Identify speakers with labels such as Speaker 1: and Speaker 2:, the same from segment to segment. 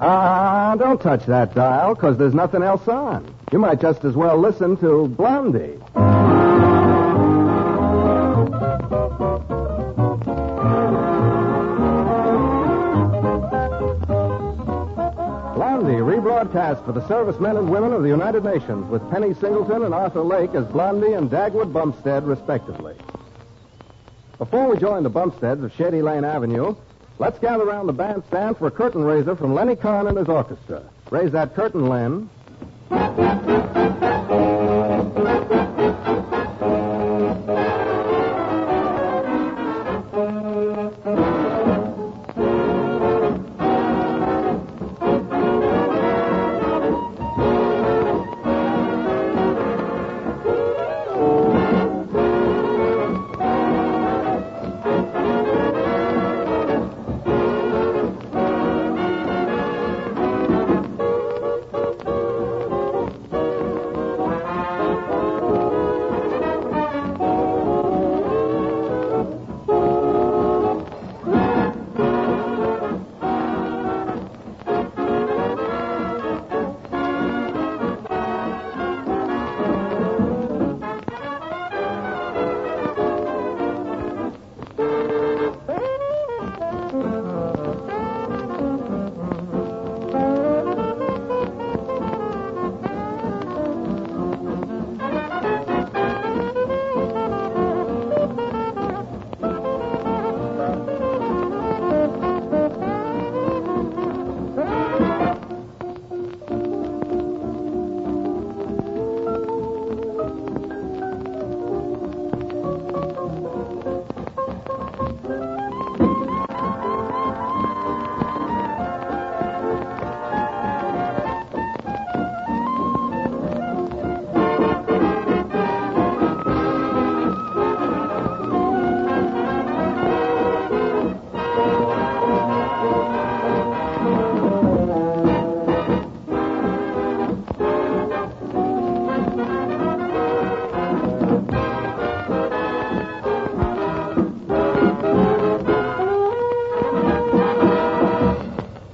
Speaker 1: Ah, don't touch that dial, because there's nothing else on. You might just as well listen to Blondie. Blondie, rebroadcast for the servicemen and women of the United Nations with Penny Singleton and Arthur Lake as Blondie and Dagwood Bumpstead, respectively. Before we join the Bumpsteads of Shady Lane Avenue, let's gather around the bandstand for a curtain raiser from Lenny Kahn and his orchestra. Raise that curtain, Len.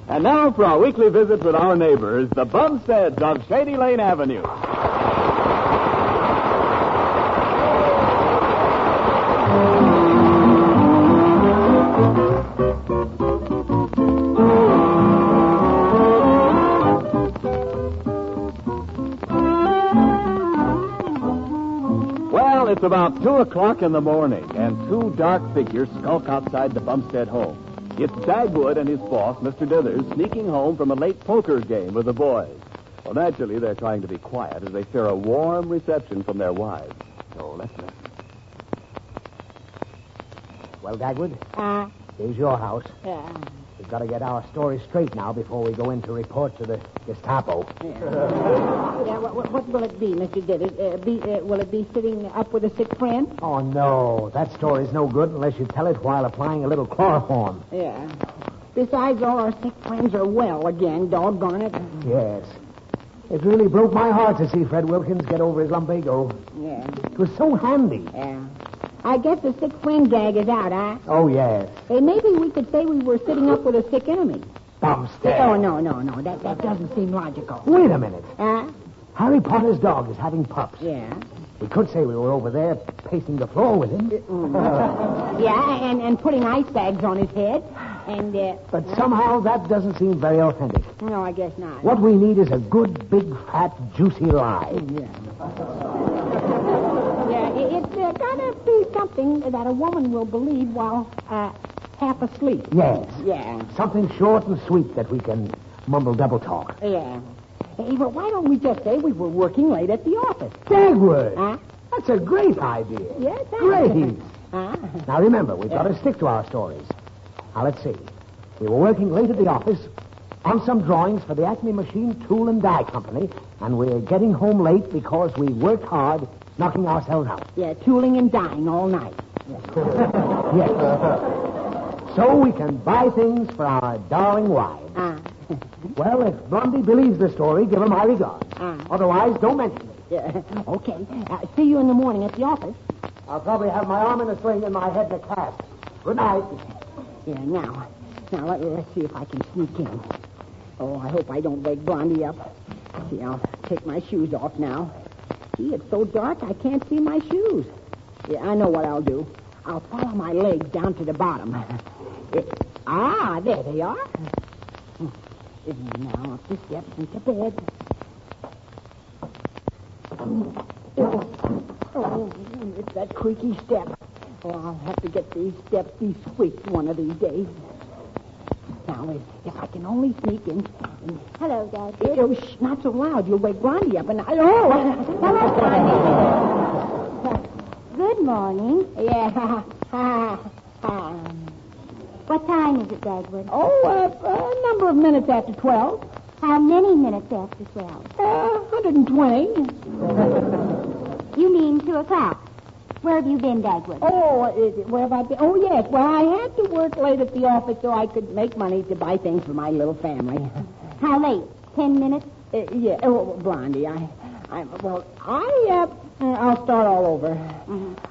Speaker 2: And now for our weekly visit with our neighbors, the Bumsteads of Shady Lane Avenue. Well, it's about 2 o'clock in the morning, and two dark figures skulk outside the Bumstead home. It's Dagwood and his boss, Mr. Dithers, sneaking home from a late poker game with the boys. Well, naturally, they're trying to be quiet as they fear a warm reception from their wives. So let's listen.
Speaker 3: Well, Dagwood,
Speaker 4: Uh,
Speaker 3: there's your house.
Speaker 4: yeah.
Speaker 3: We've got to get our story straight now before we go in to report to the Gestapo.
Speaker 4: yeah what, what, what will it be, Mr. Dillard? Uh, be, uh, will it be sitting up with a sick friend?
Speaker 3: Oh, no. That story's no good unless you tell it while applying a little chloroform.
Speaker 4: Yeah. Besides, all our sick friends are well again, doggone it.
Speaker 3: Yes. It really broke my heart to see Fred Wilkins get over his lumbago.
Speaker 4: Yeah,
Speaker 3: It was so handy.
Speaker 4: yeah. I guess the sick friend gag is out, huh?
Speaker 3: Oh, yes.
Speaker 4: Hey, maybe we could say we were sitting up with a sick enemy.
Speaker 3: Bumstead.
Speaker 4: Oh, no, no, no. That, that doesn't seem logical.
Speaker 3: Wait a minute.
Speaker 4: Huh?
Speaker 3: Harry Potter's dog is having pups.
Speaker 4: Yeah.
Speaker 3: We could say we were over there pacing the floor with him.
Speaker 4: Mm. Yeah, and, and putting ice bags on his head. And, uh,
Speaker 3: But somehow that doesn't seem very authentic.
Speaker 4: no, I guess not.
Speaker 3: What we need is a good, big, fat, juicy lie.
Speaker 4: Yeah, i- it's uh, gotta be something that a woman will believe while uh, half asleep.
Speaker 3: Yes.
Speaker 4: Yeah,
Speaker 3: Something short and sweet that we can mumble double talk.
Speaker 4: yeah. Hey, but why don't we just say we were working late at the office?
Speaker 3: Dagwood.
Speaker 4: Huh?
Speaker 3: That's a great idea.
Speaker 4: Yes, I-
Speaker 3: Great.
Speaker 4: Huh?
Speaker 3: Now remember, we've got to stick to our stories. Now let's see. We were working late at the office on some drawings for the Acme Machine Tool and Die Company, and we're getting home late because we worked hard, knocking ourselves out.
Speaker 4: Yeah, tooling and dying all night.
Speaker 3: Yes. so we can buy things for our darling wives.
Speaker 4: Ah,
Speaker 3: Well, if Blondie believes the story, give her my regards.
Speaker 4: Mm.
Speaker 3: Otherwise, don't mention it.
Speaker 4: yeah. Okay. Uh, see you in the morning at the office.
Speaker 3: I'll probably have my arm in a sling and my head in a cast. Good night.
Speaker 4: Yeah, now. Now, let, let's see if I can sneak in. Oh, I hope I don't wake Blondie up. See, I'll take my shoes off now. Gee, it's so dark I can't see my shoes. Yeah, I know what I'll do. I'll follow my legs down to the bottom. It, ah, there they are. Hmm. Now up the steps into bed. Oh, oh, it's that creaky step. Oh, I'll have to get these steps de-squeaked one of these days. Now, if, if I can only sneak in. in-
Speaker 5: Hello, Dad.
Speaker 4: Oh, shh, not so loud. You'll wake Blondie up, and I. Oh! Hello, Blondie.
Speaker 5: Good morning.
Speaker 4: Yeah. uh, Ha, ha.
Speaker 5: What time is it, Dagwood?
Speaker 4: oh, uh, a number of minutes after 12.
Speaker 5: How many minutes after 12?
Speaker 4: Uh, 120.
Speaker 5: You mean 2 o'clock. Where have you been, Dagwood?
Speaker 4: Oh, is it, where have I been? Oh, yes. Well, I had to work late at the office so I could make money to buy things for my little family.
Speaker 5: How late? Ten minutes?
Speaker 4: Uh, yeah. Oh, Blondie, I, I, well, I, uh, uh, I'll start all over.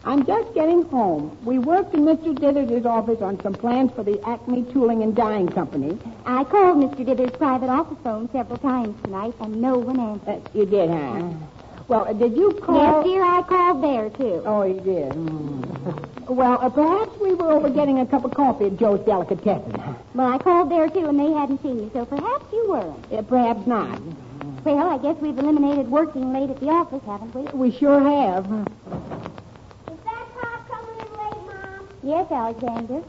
Speaker 4: I'm just getting home. We worked in Mr. Dithers' office on some plans for the Acme Tooling and Dyeing Company.
Speaker 5: I called Mr. Dithers' private office phone several times tonight, and no one answered.
Speaker 4: Uh, you did, huh? Well, uh, did you call?
Speaker 5: Yes, dear, I called there, too.
Speaker 4: Oh, you did. Mm. Well, uh, perhaps we were over getting a cup of coffee at Joe's Delicatessen.
Speaker 5: Well, I called there, too, and they hadn't seen you, so perhaps you weren't.
Speaker 4: Uh, perhaps not.
Speaker 5: Well, I guess we've eliminated working late at the office, haven't we?
Speaker 4: We sure have. Uh,
Speaker 6: Is that Pop coming in late, Mom?
Speaker 5: Yes, Alexander.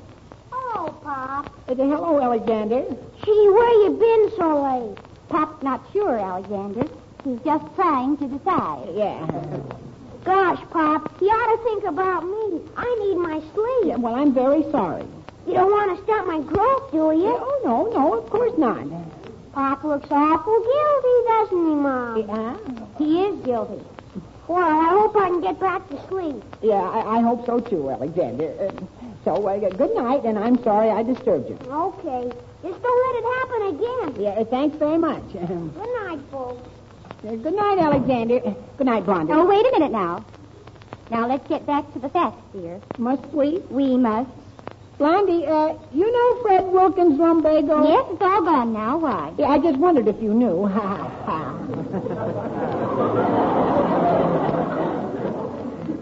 Speaker 6: Oh, Pop.
Speaker 4: Uh, hello, Alexander.
Speaker 6: Gee, where you been so late?
Speaker 5: Pop's not sure, Alexander. He's just trying to decide.
Speaker 4: Yeah.
Speaker 6: Gosh, Pop, you ought to think about me. I need my sleep.
Speaker 4: yeah. Well, I'm very sorry.
Speaker 6: You don't want to stop my growth, do you?
Speaker 4: Oh, no, no, of course not.
Speaker 6: Pop looks awful guilty, doesn't he, Mom?
Speaker 4: Yeah?
Speaker 5: He is guilty.
Speaker 6: Well, I hope I can get back to sleep.
Speaker 4: Yeah, I, I hope so, too, Alexander. Uh, so, uh, good night, and I'm sorry I disturbed you.
Speaker 6: Okay. Just don't let it happen again.
Speaker 4: Yeah, uh, thanks very much. Uh,
Speaker 6: Good night, folks.
Speaker 4: good night, Alexander. Uh, Good night, Blondie.
Speaker 5: Oh, wait a minute now. Now, let's get back to the facts, dear.
Speaker 4: must we?
Speaker 5: We must.
Speaker 4: Blondie, uh, you know Fred Wilkins Lumbago?
Speaker 5: Yes, it's all gone now. Why?
Speaker 4: Yeah, I just wondered if you knew. Ha, ha,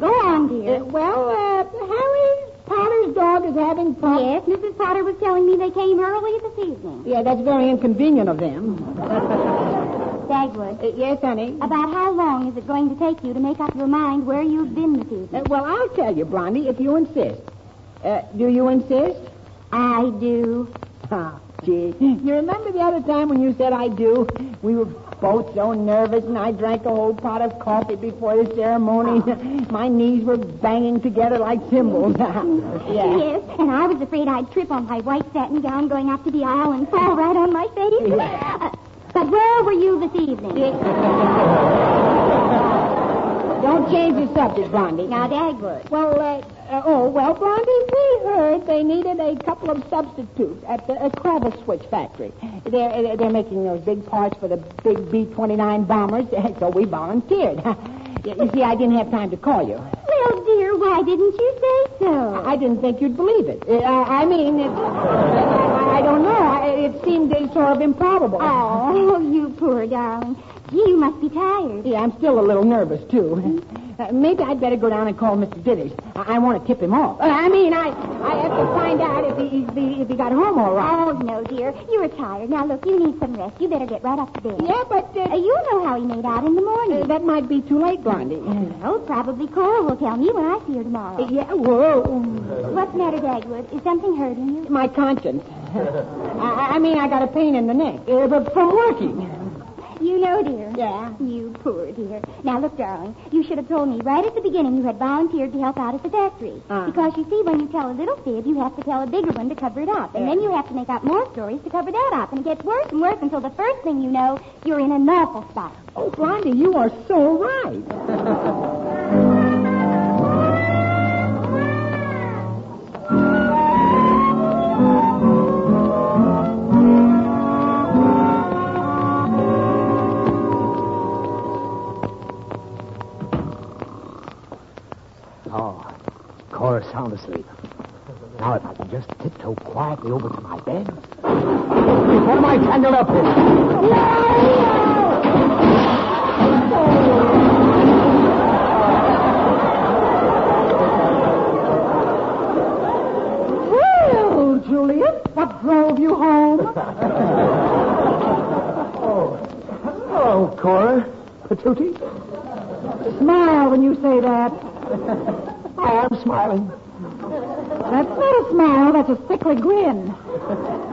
Speaker 5: Go on,
Speaker 4: ha. Uh,
Speaker 5: dear.
Speaker 4: well, uh, Harry Potter's dog is having problems.
Speaker 5: Yes, Mrs. Potter was telling me they came early this evening.
Speaker 4: Yeah, that's very inconvenient of them.
Speaker 5: Dagwood,
Speaker 4: Uh, yes, honey.
Speaker 5: about how long is it going to take you to make up your mind where you've been this evening?
Speaker 4: Uh, well, I'll tell you, Blondie, if you insist. Uh, do you insist?
Speaker 5: I do.
Speaker 4: Ah, gee. You remember the other time when you said I do? We were both so nervous, and I drank a whole pot of coffee before the ceremony. My knees were banging together like cymbals. yeah.
Speaker 5: Yes, and I was afraid I'd trip on my white satin gown going out to the aisle and fall right on my face. Uh, but where were you this evening?
Speaker 4: Don't change the subject, Blondie.
Speaker 5: Now, Dagwood.
Speaker 4: Well, uh, uh, oh, well, Blondie, we heard they needed a couple of substitutes at the uh, Crevice Switch factory. They're, uh, they're making those big parts for the big B-29 bombers, so we volunteered. You you see, I didn't have time to call you.
Speaker 5: Well, dear, why didn't you say so?
Speaker 4: I didn't think you'd believe it. Uh, I I mean, it, I I don't know. I, it seemed uh, sort of improbable.
Speaker 5: Oh, you poor darling. Gee, you must be tired.
Speaker 4: Yeah, I'm still a little nervous, too. Uh, maybe I'd better go down and call Mr. Dithers. I, I want to tip him off. Uh, I mean, I, I have to find out if he, if, he, if he got home all right.
Speaker 5: Oh, no, dear. You are tired. Now, look, you need some rest. You better get right up to bed.
Speaker 4: Yeah, but
Speaker 5: Uh,
Speaker 4: uh,
Speaker 5: you know how he made out in the morning.
Speaker 4: uh, that might be too late, Blondie.
Speaker 5: oh, probably Cora will tell me when I see her tomorrow.
Speaker 4: Yeah, whoa.
Speaker 5: What's the matter, Dagwood? Is something hurting you?
Speaker 4: My conscience. I, I mean, I got a pain in the neck, uh, but from working.
Speaker 5: You know, dear.
Speaker 4: Yeah.
Speaker 5: You poor dear. Now, look, darling, you should have told me right at the beginning you had volunteered to help out at the factory.
Speaker 4: Uh.
Speaker 5: Because, you see, when you tell a little fib, you have to tell a bigger one to cover it up. And then you have to make up more stories to cover that up. And it gets worse and worse until the first thing you know, you're in an awful spot.
Speaker 4: Oh, Blondie, you are so right.
Speaker 3: Oh, Cora's sound asleep. Now, if I can just tiptoe quietly over to my bed. What am I tangled up in?
Speaker 4: Well, Julius, what drove you home?
Speaker 3: Hello, Oh, Cora. Patuti.
Speaker 4: Smile when you say that.
Speaker 3: I am smiling.
Speaker 4: That's not a smile, that's a sickly grin.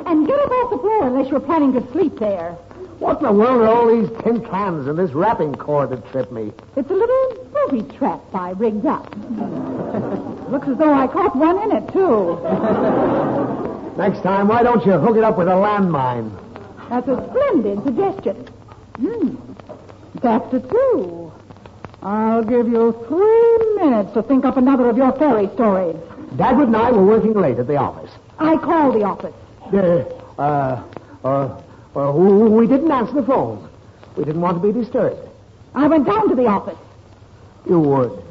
Speaker 4: And get up off the floor unless you're planning to sleep there.
Speaker 3: What in the world are all these tin cans and this wrapping cord that trip me?
Speaker 4: It's a little booby trap I rigged up. Looks as though I caught one in it, too.
Speaker 3: Next time, why don't you hook it up with a landmine?
Speaker 4: That's a splendid suggestion. Hmm. That's it, too. I'll give you three minutes to think up another of your fairy stories.
Speaker 3: Dagwood and I were working late at the office.
Speaker 4: I call the office.
Speaker 3: Uh, uh, uh, uh, we didn't answer the phone. We didn't want to be disturbed.
Speaker 4: I went down to the office.
Speaker 3: You would.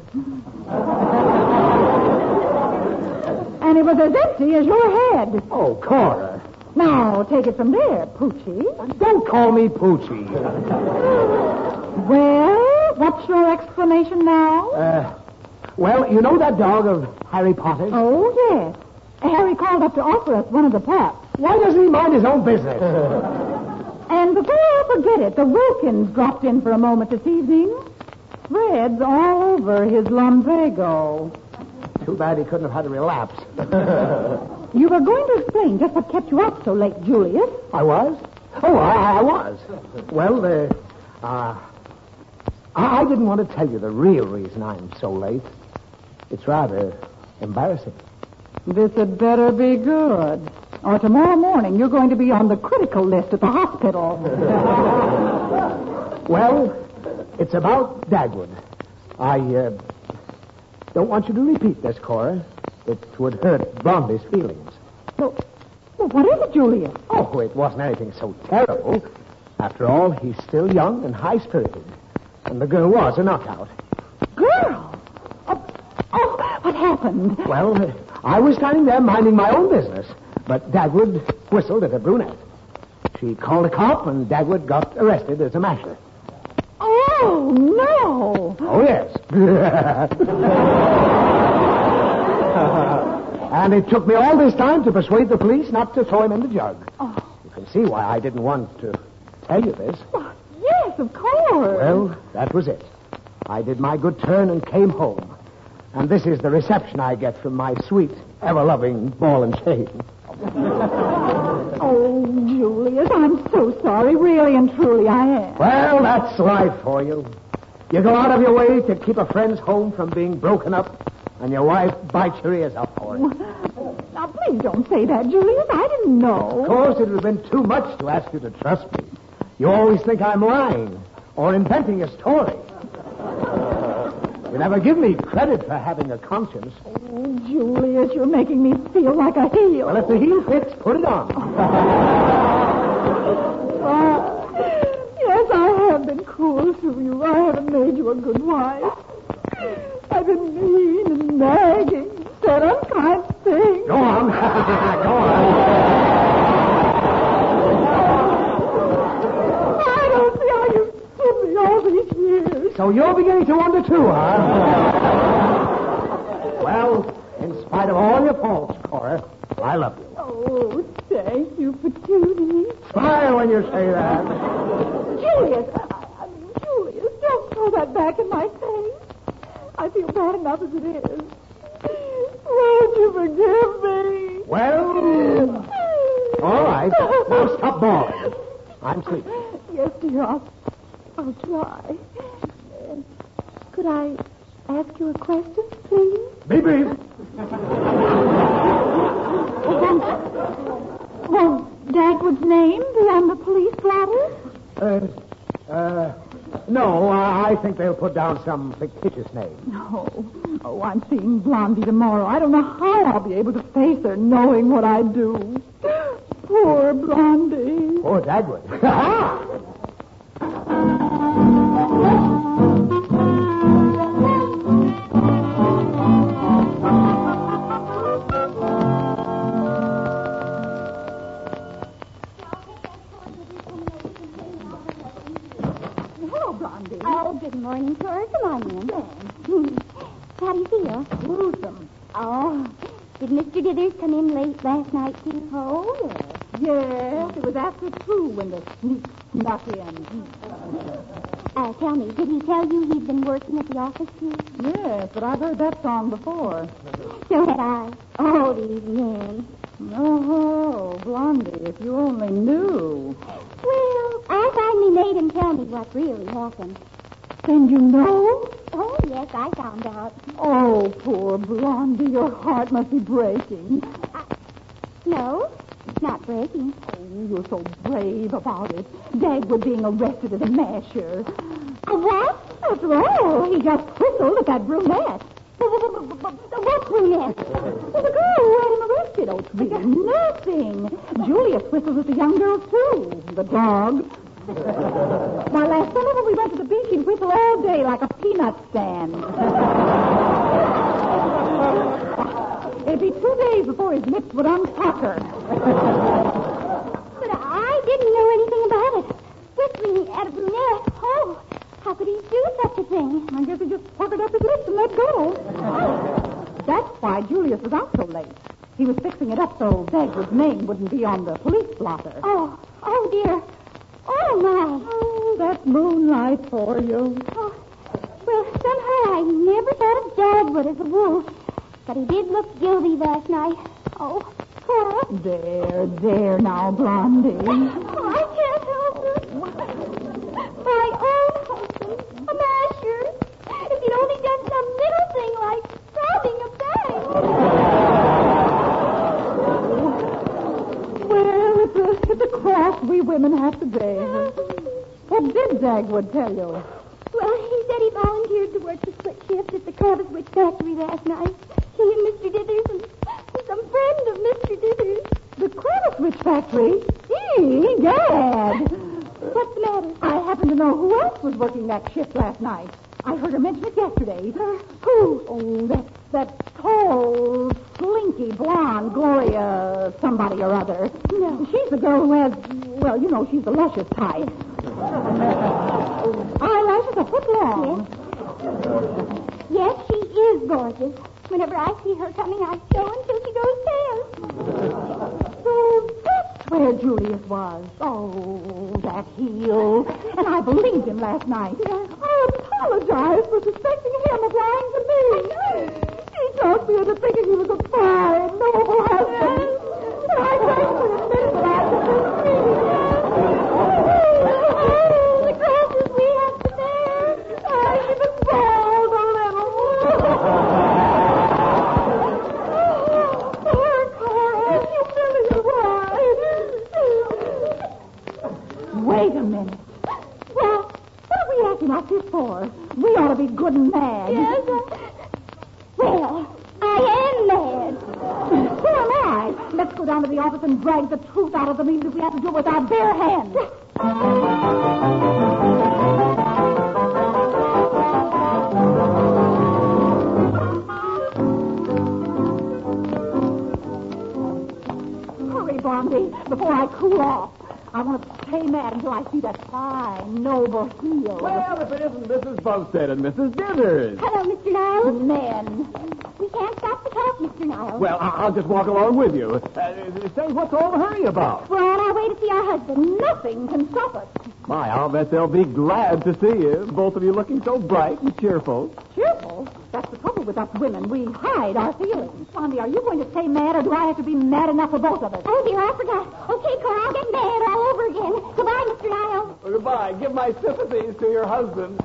Speaker 4: And it was as empty as your head.
Speaker 3: Oh, Cora.
Speaker 4: Now, take it from there, Poochie.
Speaker 3: Don't call me Poochie.
Speaker 4: Well, what's your explanation now?
Speaker 3: Uh, well, you know that dog of Harry Potter's?
Speaker 4: Oh, yes. Harry called up to offer us one of the pups.
Speaker 3: Why doesn't he mind his own business?
Speaker 4: And before I forget it, the Wilkins dropped in for a moment this evening. Threads all over his lumbago.
Speaker 3: Too bad he couldn't have had a relapse.
Speaker 4: You were going to explain just what kept you up so late, Julius.
Speaker 3: I was? Oh, I, I was. Well, uh, uh, I I didn't want to tell you the real reason I'm so late. It's rather embarrassing.
Speaker 4: This had better be good. Or tomorrow morning you're going to be on the critical list at the hospital.
Speaker 3: Well, it's about Dagwood. I uh, don't want you to repeat this, Cora. It would hurt Blondie's feelings.
Speaker 4: So, well, what is it, Julius?
Speaker 3: Oh, it wasn't anything so terrible. After all, he's still young and high spirited. And the girl was a knockout.
Speaker 4: Girl! Oh, oh, what happened?
Speaker 3: Well, uh, I was standing there minding my own business, but Dagwood whistled at a brunette. She called a cop, and Dagwood got arrested as a masher.
Speaker 4: Oh, no!
Speaker 3: Oh, yes. and it took me all this time to persuade the police not to throw him in the jug. You can see why I didn't want to tell you this.
Speaker 4: Why, Yes, of course.
Speaker 3: Well, that was it. I did my good turn and came home. And this is the reception I get from my sweet, ever loving ball and chain.
Speaker 4: Oh, Julius, I'm so sorry. Really and truly, I am.
Speaker 3: Well, that's life for you. You go out of your way to keep a friend's home from being broken up, and your wife bites your ears up for it.
Speaker 4: Now, please don't say that, Julius. I didn't
Speaker 3: Of
Speaker 4: know.
Speaker 3: course, it would have been too much to ask you to trust me. You always think I'm lying or inventing a story. You never give me credit for having a conscience.
Speaker 4: Oh, Julius, you're making me feel like a heel.
Speaker 3: Well, if the heel fits, put it on.
Speaker 4: Ah, yes, I have been cruel to you. I haven't made you a good wife. I've been mean and nagging, said unkind things.
Speaker 3: Go on. go on.
Speaker 4: I don't see how you stood me all these years.
Speaker 3: So you're beginning to wonder too, huh? well, in spite of all your faults, Cora, I love you.
Speaker 4: Oh, thank you for tuning me.
Speaker 3: Smile when you say that.
Speaker 4: Julius, I- I mean, Julius, don't throw that back in my face. I feel bad enough as it is. Won't you forgive me?
Speaker 3: Well, all right. Now stop bawling. I'm sleepy.
Speaker 4: Yes, dear, I'll, I'll try. Uh, Could I ask you a question, please?
Speaker 3: Be brief.
Speaker 4: Won't Oh, Dagwood's name be on the police blotter?
Speaker 3: Uh, uh, no, uh, I I think they'll put down some fictitious name.
Speaker 4: No. Oh, I'm seeing Blondie tomorrow. I don't know how I'll be able to face her knowing what I do. Poor Blondie.
Speaker 3: Or Dagwood. Ah,
Speaker 4: Blondie.
Speaker 5: Oh, good morning, Tor. Come on in. How do you feel?
Speaker 4: Gruesome.
Speaker 5: Oh, did Mr. Dithers come in late last night, too? Oh,
Speaker 4: Yes, it was after two when the sneak snuck in.
Speaker 5: Uh, tell me, did he tell you he'd been working at the office, too?
Speaker 4: Yes, but I've heard that song before.
Speaker 5: So had I. All these men.
Speaker 4: Oh, Blondie, if you only knew.
Speaker 5: Well, I finally made him tell me what really happened.
Speaker 4: Then you know?
Speaker 5: Oh, yes, I found out.
Speaker 4: Oh, poor Blondie, your heart must be breaking.
Speaker 5: No, it's not breaking.
Speaker 4: Oh, you're so brave about it. Dagwood being arrested as a masher.
Speaker 5: A what?
Speaker 4: After all, he just whistled at that brunette.
Speaker 5: What brunette?
Speaker 4: Well, the girl who had him arrested, oh, it's really nothing. Julius whistles at the young girl, too. The dog. Why, last summer when we went to the beach, he'd whistle all day like a peanut stand. It'd be two days before his lips would unpucker.
Speaker 5: But I didn't know anything about it. Whistling at a brunette. Oh, how could he do such a thing?
Speaker 4: I guess he just puckered up his lips and let go. That's why Julius was out so late. He was fixing it up so Dagwood's name wouldn't be on the police blotter.
Speaker 5: Oh, oh, dear. Oh, my.
Speaker 4: Oh, that moonlight for you.
Speaker 5: Oh, well, somehow I never thought of Dagwood as a wolf. But he did look guilty last night. Oh, Cora.
Speaker 4: There, there now, Blondie.
Speaker 5: Oh, I can't help it. My own husband, a masher. If he'd only done some little thing like robbing a bank.
Speaker 4: Well, it's a, it's a cross we women have to bear. What did Dagwood tell you?
Speaker 5: Well, he said he volunteered to work the split shift at the Cavaswitch factory last night. He and Mr. Dithers and some friend of Mr. Dithers.
Speaker 4: The Cradleswitch factory? Gee, gad!
Speaker 5: What's the matter?
Speaker 4: I happen to know who else was working that shift last night. I heard her mention it yesterday. who? Oh, that, that tall, slinky, blonde Gloria somebody or other. No. She's the girl who has, well, you know, she's the luscious type. Eyelashes a foot long.
Speaker 5: Yes, she is gorgeous. Whenever I see her coming, I go until she goes Oh, pale.
Speaker 4: So that's where Julius was. Oh, that heel. And I believed him last night. I apologize for suspecting him of lying to me. He talked me into thinking he was a fine, noble husband. And I thanked him and admitted that I was Oh, the grasses we have to bear. I even bawled a little. Wait a minute. Well, what are we acting like this for? We ought to be good and mad.
Speaker 5: Yes. Well, I am mad.
Speaker 4: So am I. Let's go down to the office and drag the truth out of them, even if we have to do it with our bare hands. Hurry, Blondie, before I cool off. I want to stay mad until I see that fine, noble heel.
Speaker 1: Well, if it isn't Mrs. Bumstead and Mrs. Dithers.
Speaker 5: Hello, Mr. Niles.
Speaker 4: men.
Speaker 5: We can't stop the talk, Mr. Niles.
Speaker 1: Well, I- I'll just walk along with you. Uh, say, what's all the hurry about?
Speaker 5: We're on our way to see our husband.
Speaker 4: Nothing can stop us.
Speaker 1: My, I'll bet they'll be glad to see you. Both of you looking so bright and cheerful.
Speaker 4: Cheerful? That's the trouble with us women. We hide our feelings. Blondie, are you going to stay mad, or do I have to be mad enough for both of us?
Speaker 5: Oh, dear, I forgot. Okay, Cora, I'll get mad all over again. Goodbye, Mr. Niles.
Speaker 1: Goodbye. Give my sympathies to your husband.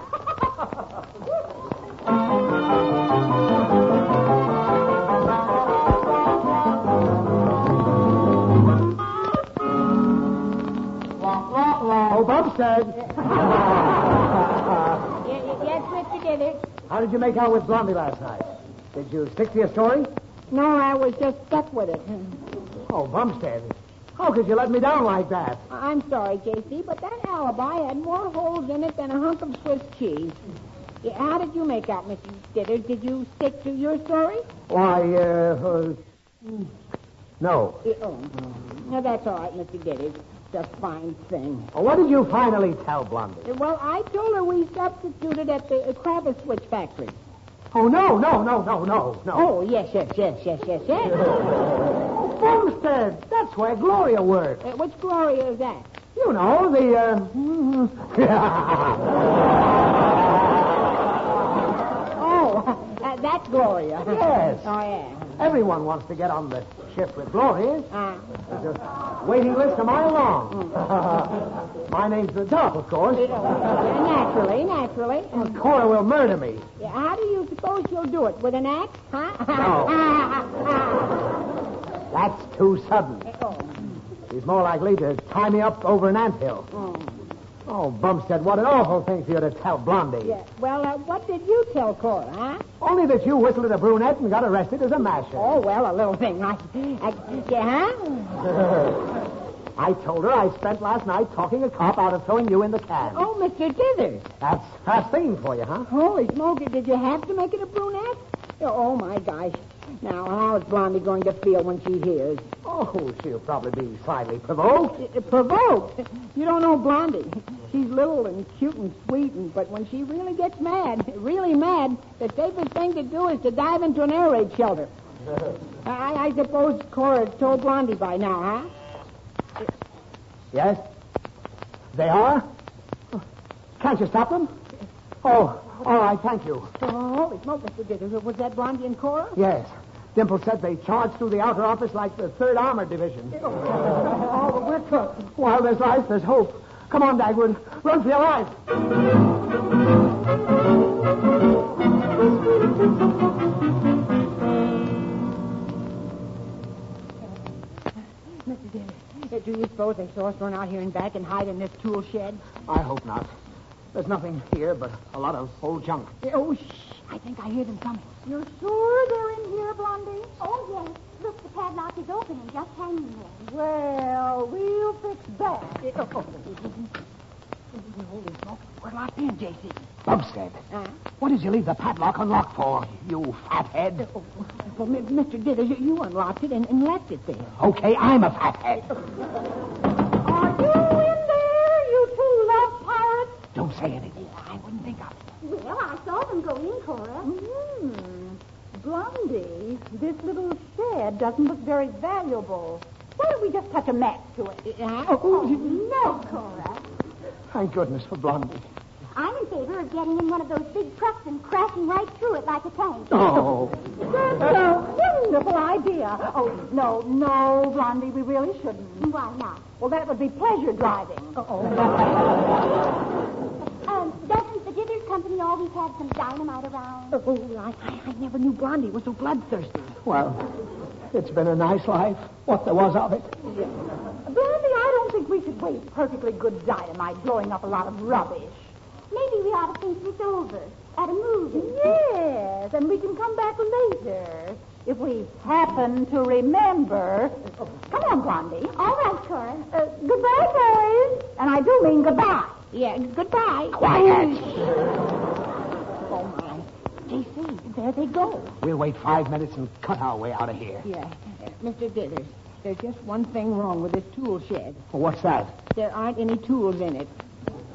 Speaker 3: Oh, Bumstead!
Speaker 6: Yes, Mr. Dithers.
Speaker 3: How did you make out with Blondie last night? Did you stick to your story?
Speaker 4: No, I was just stuck with it.
Speaker 3: Oh, Bumstead. How could you let me down like that?
Speaker 4: I'm sorry, J.C., but that alibi had more holes in it than a hunk of Swiss cheese. Yeah, How did you make out, Mr. Ditters? Did you stick to your story?
Speaker 3: Why, uh, uh, no.
Speaker 5: mm-hmm.
Speaker 4: Yeah, Oh, no, that's all right, Mr. Ditters.
Speaker 5: a fine thing.
Speaker 3: Well, what did you finally tell Blondie?
Speaker 5: Well, I told her we substituted at the uh, Kravis Switch Factory.
Speaker 3: Oh, no, no, no, no, no, no.
Speaker 5: Oh, yes, yes, yes, yes, yes, yes. Uh,
Speaker 3: Oh, Bumstead, that's where Gloria works.
Speaker 5: Uh, which Gloria is that?
Speaker 3: You know, the, uh...
Speaker 5: Oh, uh, that's Gloria.
Speaker 3: Yes.
Speaker 5: Oh, yeah.
Speaker 3: Everyone wants to get on the ship with Gloria.
Speaker 5: Uh,
Speaker 3: There's a waiting list a mile long. My name's the dog, of course.
Speaker 5: yeah, naturally, naturally. Uh,
Speaker 3: Cora will murder me.
Speaker 5: yeah, how do you suppose you'll do it? With an axe? Huh?
Speaker 3: That's too sudden.
Speaker 5: oh,
Speaker 3: She's more likely to tie me up over an anthill.
Speaker 5: oh.
Speaker 3: Oh, Bumstead, what an awful thing for you to tell Blondie.
Speaker 5: Yeah. Well, uh, what did you tell Cora, huh?
Speaker 3: Only that you whistled at a brunette and got arrested as a masher.
Speaker 5: Oh, well, a little thing like... Uh, yeah, huh?
Speaker 3: I told her I spent last night talking a cop out of throwing you in the can.
Speaker 5: Oh, Mr. Dithers.
Speaker 3: That's first thing for you, huh?
Speaker 5: Holy smoky, did you have to make it a brunette? Oh, my gosh. Now, how is Blondie going to feel when she hears?
Speaker 3: Oh, she'll probably be slightly provoked.
Speaker 5: Uh, Provoked. You don't know Blondie. She's little and cute and sweet, and, but when she really gets mad, really mad, the safest thing to do is to dive into an air raid shelter. I, I suppose Cora told Blondie by now,
Speaker 3: Yes? They are? Can't you stop them? Oh, all right, thank you.
Speaker 5: huh? Oh, holy smoke, Mr. Dithers. Was that Blondie and Cora?
Speaker 3: Yes. Dimple said they charged through the outer office like the 3rd Armored Division.
Speaker 5: Oh, but we're cooked.
Speaker 3: While there's life, there's hope. Come on, Dagwood. Run for your life.
Speaker 5: Mr. Dillon, do you suppose they saw us run out here and back and hide in this tool shed?
Speaker 3: I hope not. There's nothing here but a lot of old junk.
Speaker 5: Oh, shh. I think I hear them coming.
Speaker 6: You're sure they're in here, Blondie? Oh, yes. Look, the padlock is open and just hanging there.
Speaker 5: Well, we'll fix that. oh, Holy smoke. We're locked in, J.C.
Speaker 3: Bumstead,
Speaker 5: Uh,
Speaker 3: what did you leave the padlock unlocked for, you fathead?
Speaker 5: oh, well, M- Mr. Dithers, you, you unlocked it and, and left it there.
Speaker 3: Okay, I'm a fathead.
Speaker 6: Are you in there, you two love pirates?
Speaker 3: Don't say anything.
Speaker 5: I wouldn't think of it.
Speaker 6: Well, I saw them go in, Cora.
Speaker 4: Hmm. Blondie, this little shed doesn't look very valuable. Why don't we just touch a match to it?
Speaker 5: Uh,
Speaker 6: Oh, no, Cora.
Speaker 3: Thank goodness for Blondie.
Speaker 6: I'm in favor of getting in one of those big trucks and crashing right through it like a tank.
Speaker 3: Oh.
Speaker 4: That's a wonderful idea. Oh, no, no, Blondie, we really shouldn't.
Speaker 6: Why not?
Speaker 4: Well, that would be pleasure driving.
Speaker 6: Um, doesn't the Dithers Company always have some dynamite around?
Speaker 5: oh, I, I, I never knew Blondie was so bloodthirsty.
Speaker 3: Well, it's been a nice life, what there was of it.
Speaker 4: Blondie, I don't think we should waste perfectly good dynamite blowing up a lot of rubbish.
Speaker 6: Maybe we ought to think this over at a movie.
Speaker 4: Yes, and we can come back later if we happen to remember. Oh, Come on, Blondie.
Speaker 6: All right, Cora.
Speaker 4: Uh, goodbye, boys. And I do mean goodbye.
Speaker 5: Yeah, goodbye.
Speaker 3: Quiet!
Speaker 5: Oh, my. J.C., there they go.
Speaker 3: We'll wait five minutes and cut our way out of here.
Speaker 5: Yeah. Uh, Mr. Dithers, there's just one thing wrong with this tool shed.
Speaker 3: What's that?
Speaker 5: There aren't any tools in it.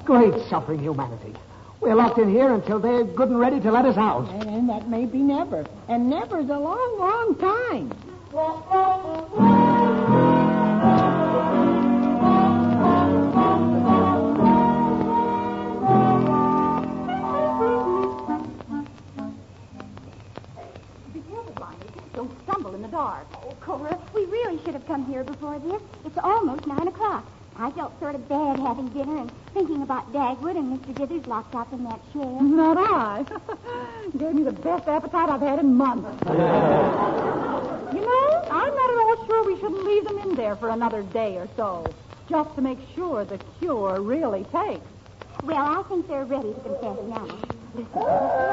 Speaker 3: Great suffering humanity. We're locked in here until they're good and ready to let us out.
Speaker 5: And, and that may be never. And never's a long, long time.
Speaker 4: Be careful, Blondie. Don't stumble in the dark.
Speaker 6: Oh, Cora, we really should have come here before this. It's almost nine o'clock. I felt sort of bad having dinner and thinking about Dagwood and Mr. Dithers locked up in that shed.
Speaker 4: Not I. Gave me the best appetite I've had in months. you know, I'm not at all sure we shouldn't leave them in there for another day or so, just to make sure the cure really takes.
Speaker 6: Well, I think they're ready to confess now.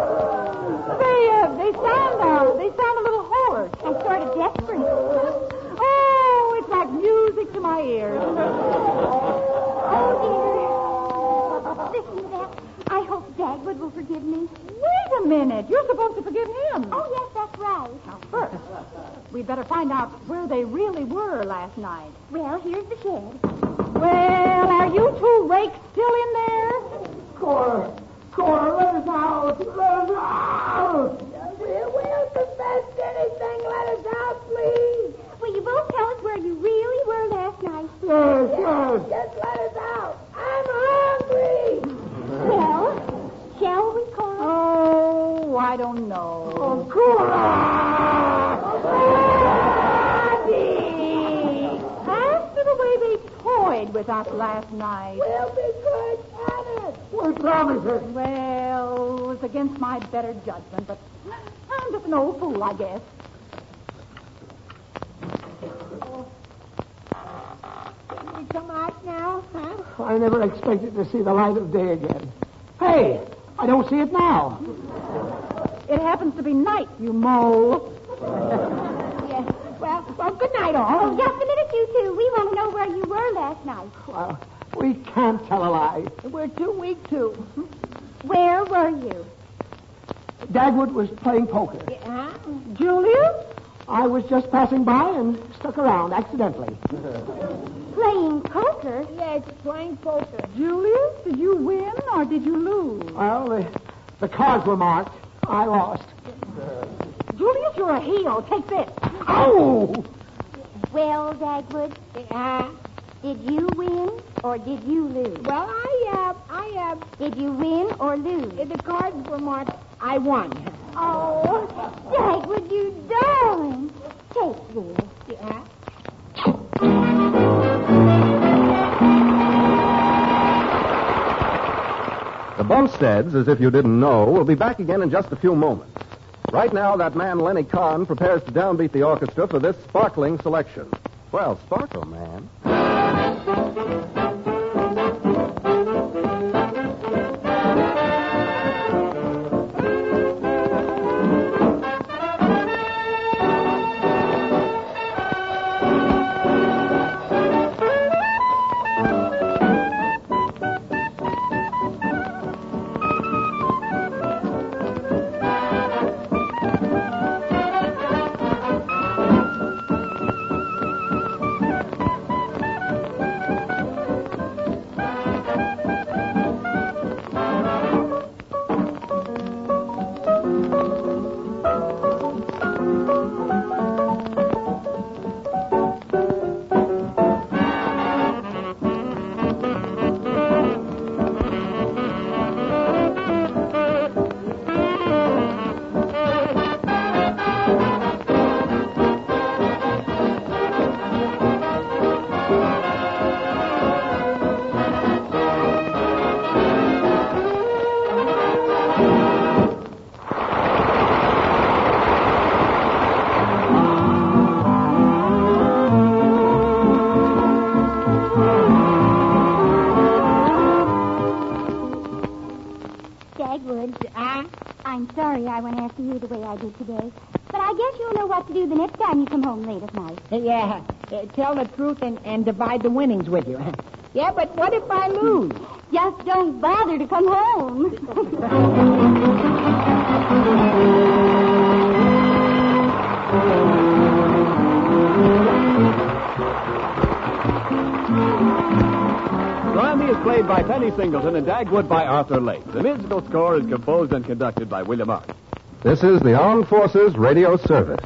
Speaker 4: They, uh, they sound, uh, they sound a little hoarse.
Speaker 6: I'm sort of desperate.
Speaker 4: Oh, it's like music to my ears.
Speaker 6: Oh, dear. Listen to that. I hope Dagwood will forgive me.
Speaker 4: Wait a minute. You're supposed to forgive him. Oh,
Speaker 6: Oh, yes, that's right.
Speaker 4: First, We'd better find out where they really were last night.
Speaker 6: Well, here's the shed.
Speaker 4: Well, are you two rakes still in there?
Speaker 3: Cora! Cora, let us out! Let us out!
Speaker 6: We'll confess anything. Let us out, please. Will you both tell us where you really were last night?
Speaker 3: Yes, yes!
Speaker 6: Just let us out. I'm hungry. Well, shall we call?
Speaker 4: Oh, I don't know. After the way they toyed with us last night.
Speaker 6: We'll be good at it.
Speaker 3: We promise it!
Speaker 4: Well, it was against my better judgment, but I'm just an old fool, I guess.
Speaker 6: Can we come out now, huh?
Speaker 3: I never expected to see the light of day again. Hey, I don't see it now.
Speaker 4: It happens to be night, you mole.
Speaker 6: Yes. Well, well, good night, all. Oh, just a minute, you two. We want to know where you were last night.
Speaker 3: Well, we can't tell a lie.
Speaker 5: We're too weak to.
Speaker 6: Where were you?
Speaker 3: Dagwood was playing poker. Uh-huh.
Speaker 5: Yeah.
Speaker 4: Julia?
Speaker 3: I was just passing by and stuck around accidentally.
Speaker 6: Playing poker?
Speaker 5: Yes, playing poker.
Speaker 4: Julia, did you win or did you lose?
Speaker 3: Well, the, the cards were marked. I lost.
Speaker 4: Julius, you're a heel. Take this.
Speaker 3: Oh!
Speaker 6: Well, Dagwood,
Speaker 5: Yeah.
Speaker 6: did you win or did you lose?
Speaker 5: Well, I, uh, I, uh,
Speaker 6: Did you win or lose?
Speaker 5: the cards were marked. I won.
Speaker 6: Oh, Dagwood, you darling. Take this.
Speaker 5: Yeah.
Speaker 1: The Bumsteads, as if you didn't know, will be back again in just a few moments. Right now, that man Lenny Kahn prepares to downbeat the orchestra for this sparkling selection. Well, sparkle, man.
Speaker 6: Dagwood,
Speaker 5: Ah.
Speaker 6: I'm sorry I went after you the way I did today. But I guess you'll know what to do the next time you come home late at night.
Speaker 5: Yeah. Uh, Tell the truth and, and divide the winnings with you. Yeah, but what if I lose?
Speaker 6: Just don't bother to come home.
Speaker 7: Blondie is played by Penny Singleton and Dagwood by Arthur Lake. The musical score is composed and conducted by William Art.
Speaker 1: This is the Armed Forces Radio Service.